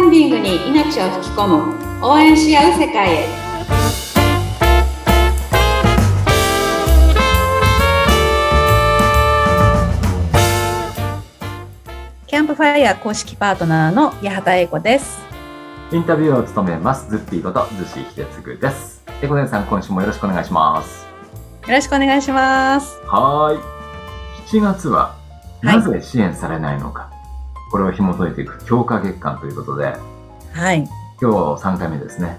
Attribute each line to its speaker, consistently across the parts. Speaker 1: に命を吹き込む応援し合う世界へキャンプファイヤー公式パートナーの八幡英子です
Speaker 2: インタビューを務めます、ズッピーこと、ズシヒデツグです。エコネさん、今週もよろしくお願いします。
Speaker 1: よろしくお願いします
Speaker 2: はーい。7月は、
Speaker 1: はい
Speaker 2: なぜ支援されないのか、これを紐解いていく強化月間ということで、
Speaker 1: はい
Speaker 2: 今日3回目ですね。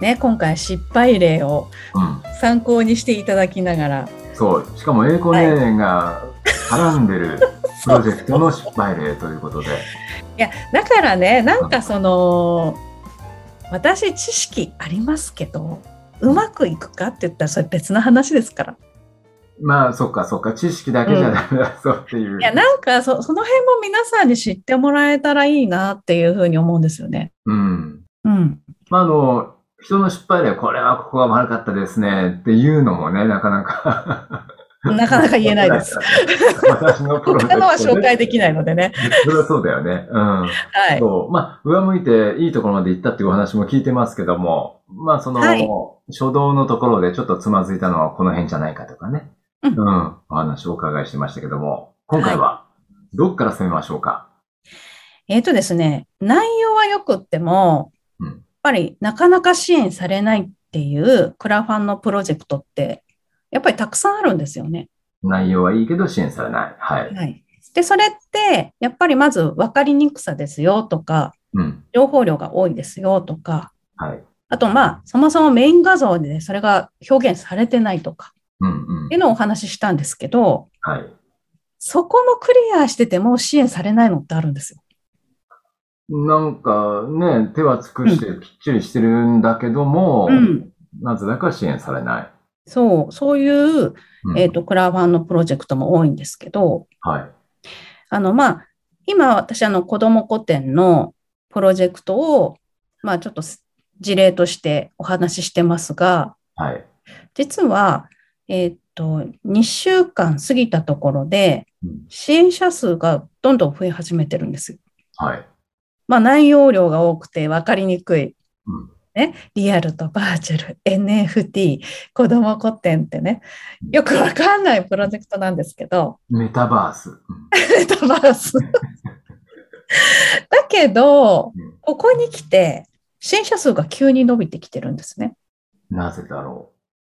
Speaker 1: ね今回失敗例を
Speaker 2: うん。
Speaker 1: 参考にしていただきながら
Speaker 2: そう。しかも、エコネが絡んでるプロジェクトの失敗例ということで、
Speaker 1: いやだからねなんかその私知識ありますけどうまくいくかって言ったらそれ別の話ですから
Speaker 2: まあ、そっかそっか、知識だけじゃダメだぞっていう。
Speaker 1: いやなんかそその辺も皆さんに知ってもらえたらいいなっていうふうに思うんですよね。
Speaker 2: うん。
Speaker 1: うん、
Speaker 2: まあ、あの、人の失敗例、これはここが悪かったですねっていうのもね、なかなか。
Speaker 1: なかなか言えないです。
Speaker 2: 私のプロジ
Speaker 1: 他
Speaker 2: ェクトで
Speaker 1: のは紹介できないのでね。
Speaker 2: それはそうだよね。うん。
Speaker 1: はい。
Speaker 2: そう。まあ、上向いていいところまで行ったっていうお話も聞いてますけども、まあ、その、
Speaker 1: はい
Speaker 2: 初動のところでちょっとつまずいたのはこの辺じゃないかとかね。
Speaker 1: うん
Speaker 2: お話をお伺いしてましたけども、今回は、どっから攻めましょうか。
Speaker 1: えっ、とですね、内容はよくっても、
Speaker 2: うん
Speaker 1: やっぱりなかなか支援されないっていうクラファンのプロジェクトって、やっぱりたくさんあるんですよね。
Speaker 2: 内容はいいけど支援されない。はい。
Speaker 1: はい。で、それって、やっぱりまず分かりにくさですよとか、
Speaker 2: うん。
Speaker 1: 情報量が多いですよとか、
Speaker 2: はい。
Speaker 1: あとまあ、そもそもメイン画像で、ね、それが表現されてないとか、
Speaker 2: うんうん
Speaker 1: ってい。うのをお話ししたんですけど、
Speaker 2: はい。
Speaker 1: そこもクリアしてても支援されないのってあるんですよ。
Speaker 2: なんかね、手は尽くしてきっちりしてるんだけども、
Speaker 1: うん。
Speaker 2: なぜだか支援されない。
Speaker 1: そう、そういう、
Speaker 2: うん
Speaker 1: えっ、と、クラファンのプロジェクトも多いんですけど、
Speaker 2: はい。
Speaker 1: あの、まあ、今私、あの、子ども古典のプロジェクトを、まあ、ちょっと事例としてお話ししてますが、
Speaker 2: はい。
Speaker 1: 実は、えっ、と、2週間過ぎたところで、
Speaker 2: うん
Speaker 1: 支援者数がどんどん増え始めてるんですよ
Speaker 2: はい。
Speaker 1: まあ、内容量が多くて分かりにくい。
Speaker 2: うん
Speaker 1: ね、リアルとバーチャル、NFT、子ども古典ってね、よくわかんないプロジェクトなんですけど、
Speaker 2: メタバース。うん
Speaker 1: メタバース。だけど
Speaker 2: うん、
Speaker 1: ここに来て、新社数が急に伸びてきてるんですね。
Speaker 2: なぜだろ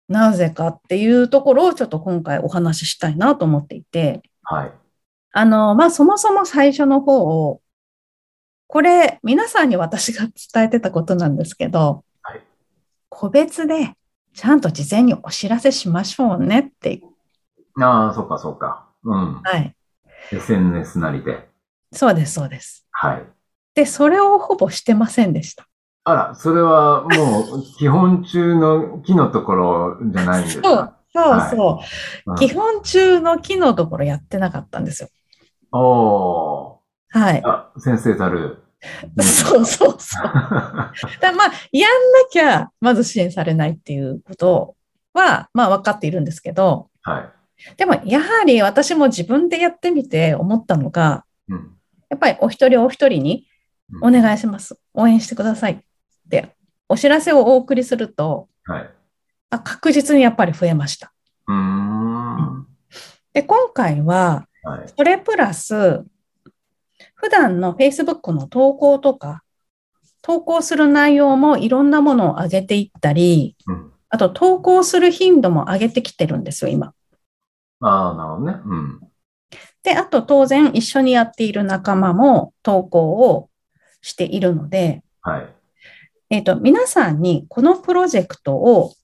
Speaker 1: なぜかっていうところをちょっと今回お話ししたいなと思っていて、
Speaker 2: う。はい。
Speaker 1: あの、まあ、そもそも最初の方を、これ、皆さんに私が伝えてたことなんですけど、
Speaker 2: はい
Speaker 1: 個別でちゃんと事前にお知らせしましょうねって、
Speaker 2: ああ、そうか、そうか。うん。
Speaker 1: はい。
Speaker 2: SNS なりで。
Speaker 1: そうです、そうです。
Speaker 2: はい。
Speaker 1: で、それをほぼしてませんでした。
Speaker 2: あら、それはもう、基本中の木のところじゃないんです
Speaker 1: そう
Speaker 2: か。、
Speaker 1: そうそう。
Speaker 2: うん
Speaker 1: 基本中の機能どころやってなかったんですよ。
Speaker 2: おー。
Speaker 1: はい。
Speaker 2: あ、先生たる。
Speaker 1: そうそうそう。 だまあ、やんなきゃ、まず支援されないっていうことは、まあ、分かっているんですけど、
Speaker 2: はい。
Speaker 1: でもやはり私も自分でやってみて思ったのが、
Speaker 2: うん。
Speaker 1: やっぱりお一人お一人に
Speaker 2: うん
Speaker 1: お願いします。応援してくださいってお知らせをお送りすると、
Speaker 2: はい。う
Speaker 1: あ確実にやっぱり増えました。
Speaker 2: ーん。
Speaker 1: で、今回は
Speaker 2: はい。
Speaker 1: それプラス、普段の Facebook の投稿とか、投稿する内容もいろんなものを上げていったり、
Speaker 2: うん
Speaker 1: あと投稿する頻度も上げてきてるんですよ、今。
Speaker 2: ああ、なるほどね。うん。
Speaker 1: で、あと当然一緒にやっている仲間も投稿をしているので、
Speaker 2: はい。
Speaker 1: えっ、と、皆さんにこのプロジェクトを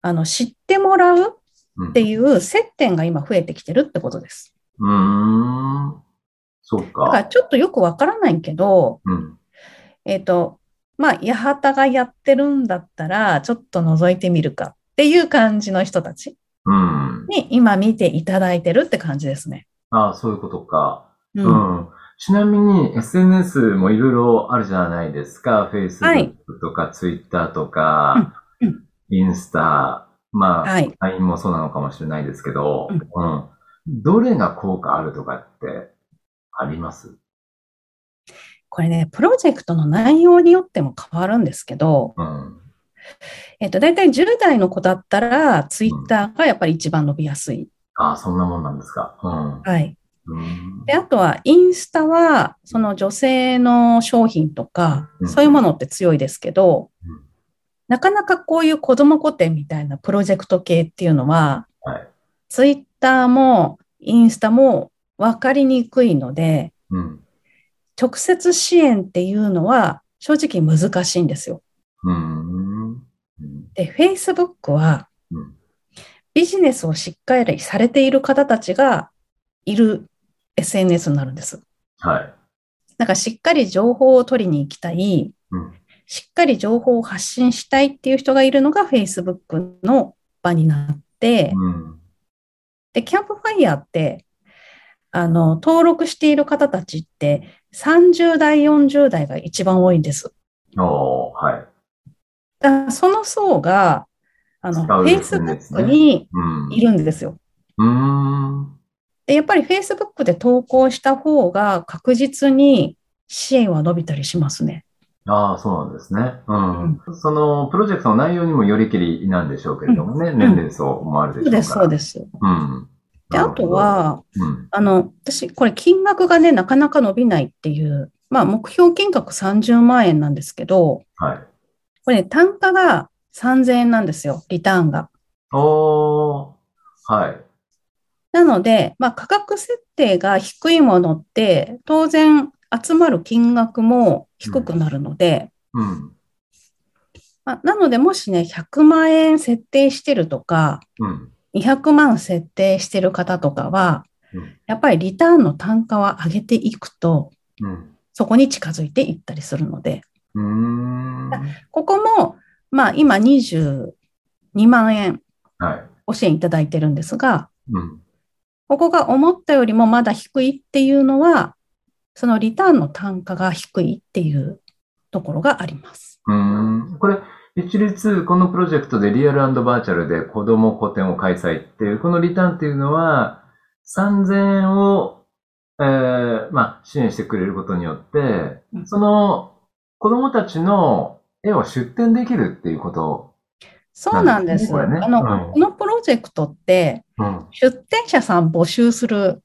Speaker 1: あの知ってもらうっ
Speaker 2: うん
Speaker 1: ていう接点が今増えてきてるってことです。
Speaker 2: うーん。そうか。
Speaker 1: だからちょっとよくわからないけど、
Speaker 2: うん。
Speaker 1: えっ、と、まあ、八幡がやってるんだったら、ちょっと覗いてみるかっていう感じの人たち
Speaker 2: うん。
Speaker 1: に今見ていただいてるって感じですね。
Speaker 2: ああ、そういうことか。
Speaker 1: う
Speaker 2: う。ん。ちなみに SNS もいろいろあるじゃないですか。
Speaker 1: は
Speaker 2: Facebook
Speaker 1: い
Speaker 2: とか Twitter とか、
Speaker 1: うんうん
Speaker 2: インスタ、まあ、
Speaker 1: はい。
Speaker 2: LINE もそうなのかもしれないですけど、
Speaker 1: う
Speaker 2: うんん。どれが効果あるとかってあります
Speaker 1: これね、プロジェクトの内容によっても変わるんですけど、
Speaker 2: うん。
Speaker 1: えっと、大体10代の子だったら、ツイッターがやっぱり一番伸びやすい。
Speaker 2: ああ、そんなもんなんですか。うん。
Speaker 1: はい。
Speaker 2: うん
Speaker 1: で、あとは、インスタは、その女性の商品とか
Speaker 2: う、ん
Speaker 1: そういうものって強いですけど
Speaker 2: うん、
Speaker 1: なかなかこういう子供御殿みたいなプロジェクト系っていうのは
Speaker 2: はい、
Speaker 1: ツイッターもインスタも分かりにくいので、
Speaker 2: うん。
Speaker 1: 直接支援っていうのは正直難しいんですよ。
Speaker 2: うん。うん。
Speaker 1: で、Facebook は
Speaker 2: うん
Speaker 1: ビジネスをしっかりされている方たちがいる SNS になるんです。
Speaker 2: はい。
Speaker 1: だからしっかり情報を取りに行きたい、
Speaker 2: うん
Speaker 1: しっかり情報を発信したいっていう人がいるのが Facebook の場になって、
Speaker 2: うん。
Speaker 1: で、キャンプファイヤーって、あの、登録している方たちって30代、40代が一番多いんです。
Speaker 2: おー、はい。
Speaker 1: だからその層が、あの、
Speaker 2: 使うですね
Speaker 1: Facebook に
Speaker 2: うん。
Speaker 1: いるんですよ。
Speaker 2: うーん。
Speaker 1: で、やっぱり Facebook で投稿した方が確実に支援は伸びたりしますね。
Speaker 2: ああ、そうなんですね。うん。その、プロジェクトの内容にもよりきりなんでしょうけれどもね、年齢層もある
Speaker 1: そ
Speaker 2: でし
Speaker 1: う
Speaker 2: ょうから。
Speaker 1: です、そうです。
Speaker 2: うん。
Speaker 1: で、あとは、
Speaker 2: うん、
Speaker 1: あの、私、これ金額がね、なかなか伸びないっていう、まあ、目標金額30万円なんですけど、
Speaker 2: はい。
Speaker 1: これ、ね、単価が3000円なんですよ、リターンが。
Speaker 2: おー、はい。
Speaker 1: なので、まあ、価格設定が低いものって、当然集まる金額も低くなるので、
Speaker 2: うん、
Speaker 1: まあ、なので、もしね、100万円設定してるとか、
Speaker 2: うん、
Speaker 1: 200万設定してる方とかは
Speaker 2: うん、
Speaker 1: やっぱりリターンの単価は上げていくと、
Speaker 2: うん。
Speaker 1: そこに近づいていったりするので、
Speaker 2: うーん。は
Speaker 1: ここも、まあ今22万円
Speaker 2: い。
Speaker 1: ご支援いただいてるんですが、
Speaker 2: うん。
Speaker 1: ここが思ったよりもまだ低いっていうのは、そのリターンの単価が低いっていうところがあります。
Speaker 2: うーん。これ、一律、このプロジェクトでリアルバーチャルで子供個展を開催っていう、このリターンっていうのは、3000円を、えー、まあ、支援してくれることによって
Speaker 1: う、ん
Speaker 2: その、子供たちの絵を出展できるっていうこと。
Speaker 1: そうなんです。
Speaker 2: なるほどね
Speaker 1: あ
Speaker 2: これね
Speaker 1: の、
Speaker 2: うん
Speaker 1: このプロジェクトって、
Speaker 2: うん。
Speaker 1: 出展者さん募集する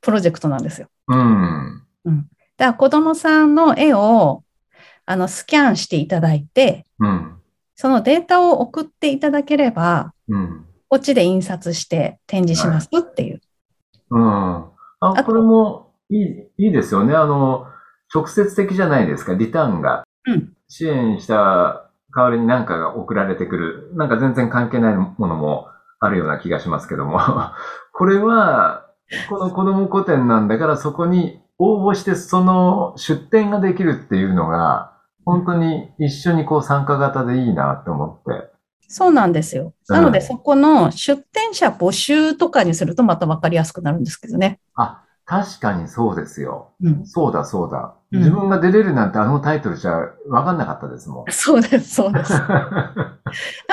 Speaker 1: プロジェクトなんですよ。
Speaker 2: うん。
Speaker 1: だから子供さんの絵を、あの、スキャンしていただいて、
Speaker 2: うん。
Speaker 1: そのデータを送っていただければ、
Speaker 2: うん。
Speaker 1: こっちで印刷して展示しますっていう。
Speaker 2: うん。あ、
Speaker 1: と
Speaker 2: これもいい、いいですよね。あの、直接的じゃないですか、リターンが。
Speaker 1: うん
Speaker 2: 支援した代わりに何かが送られてくる。なんか全然関係ないものもあるような気がしますけども。 これは、この子供古典なんだからそこに応募してその出展ができるっていうのが、本当に一緒にこう参加型でいいなって思って。
Speaker 1: そうなんですよ。
Speaker 2: うん
Speaker 1: なので、そこの出展者募集とかにするとまた分かりやすくなるんですけどね。
Speaker 2: あ、確かにそうですよ。
Speaker 1: うん、
Speaker 2: そうだそうだ。
Speaker 1: うん
Speaker 2: 自分が出れるなんてあのタイトルじゃわかんなかったですもん。
Speaker 1: そうです、そう です。な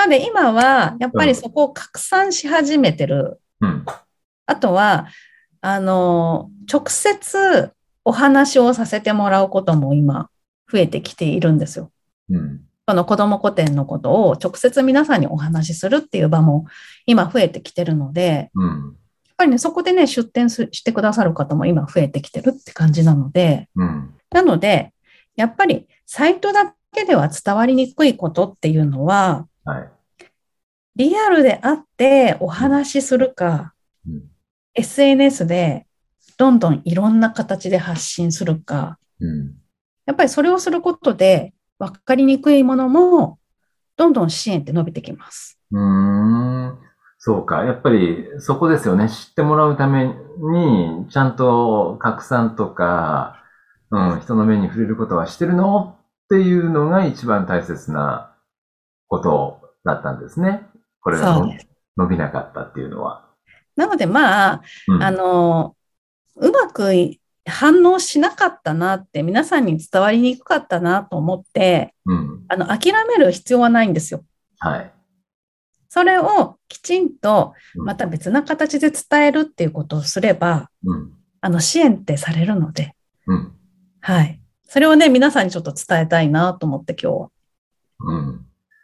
Speaker 1: ので、今は、やっぱりそこを拡散し始めてる。
Speaker 2: うん。
Speaker 1: あとは、あの、直接お話をさせてもらうことも今、増えてきているんですよ。
Speaker 2: うん。
Speaker 1: その子供古典のことを直接皆さんにお話しするっていう場も今増えてきてるので、
Speaker 2: うん。
Speaker 1: やっぱりね、そこでね、出展すしてくださる方も今増えてきてるって感じなので、
Speaker 2: うん。
Speaker 1: なので、やっぱりサイトだけでは伝わりにくいことっていうのは、
Speaker 2: はい。
Speaker 1: リアルであってお話しするか、
Speaker 2: うん
Speaker 1: SNS でどんどんいろんな形で発信するか、
Speaker 2: うん。
Speaker 1: やっぱりそれをすることで分かりにくいものも、どんどん支援って伸びてきます。
Speaker 2: うーん。そうか。やっぱりそこですよね。知ってもらうために、ちゃんと拡散とか、うん、人の目に触れることはしてるのっていうのが一番大切なことだったんですね。これが
Speaker 1: そう
Speaker 2: の
Speaker 1: です。
Speaker 2: 伸びなかったっていうのは。
Speaker 1: なのでまあ、
Speaker 2: うん。
Speaker 1: あの、うまくい反応しなかったなって、皆さんに伝わりにくかったなと思って、
Speaker 2: うん。
Speaker 1: あの、諦める必要はないんですよ。
Speaker 2: はい。
Speaker 1: それをきちんと、
Speaker 2: うん
Speaker 1: また別な形で伝えるっていうことをすれば、
Speaker 2: うん。
Speaker 1: あの、支援ってされるので、
Speaker 2: うん。
Speaker 1: はい。それをね、皆さんにちょっと伝えたいなと思って今日は。
Speaker 2: うん。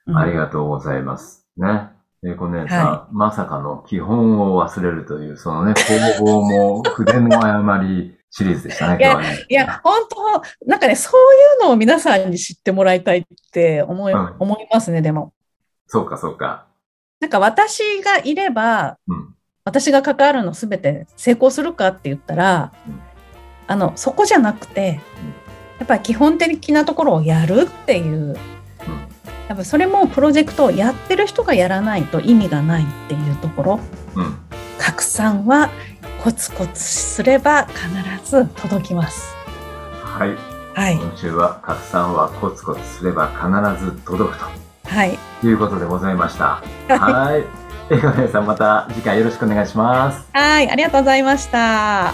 Speaker 1: うん
Speaker 2: ありがとうございます。ね。英子姉さん、
Speaker 1: は
Speaker 2: まさかの基本を忘れるという、そのね、工房も筆の誤りシリーズでしたね、
Speaker 1: いや
Speaker 2: 今日はね。
Speaker 1: いや、本当なんかね、そういうのを皆さんに知ってもらいたいって思い,、
Speaker 2: うん
Speaker 1: 思いますね、でも。
Speaker 2: そうか、そうか。
Speaker 1: なんか私がいれば、
Speaker 2: うん。
Speaker 1: 私が関わるのすべて成功するかって言ったら、
Speaker 2: うん
Speaker 1: あの、そこじゃなくて、やっぱり基本的なところをやるっていう、
Speaker 2: うん
Speaker 1: やっぱそれもプロジェクトをやってる人がやらないと意味がないっていうところ、
Speaker 2: うん。
Speaker 1: 拡散はコツコツすれば必ず届きます。
Speaker 2: はい。
Speaker 1: はい。
Speaker 2: 今週は、拡散はコツコツすれば必ず届く
Speaker 1: はい。
Speaker 2: ということでございま した。はい。英子姉さん、また次回よろしくお願いします。
Speaker 1: はい。ありがとうございました。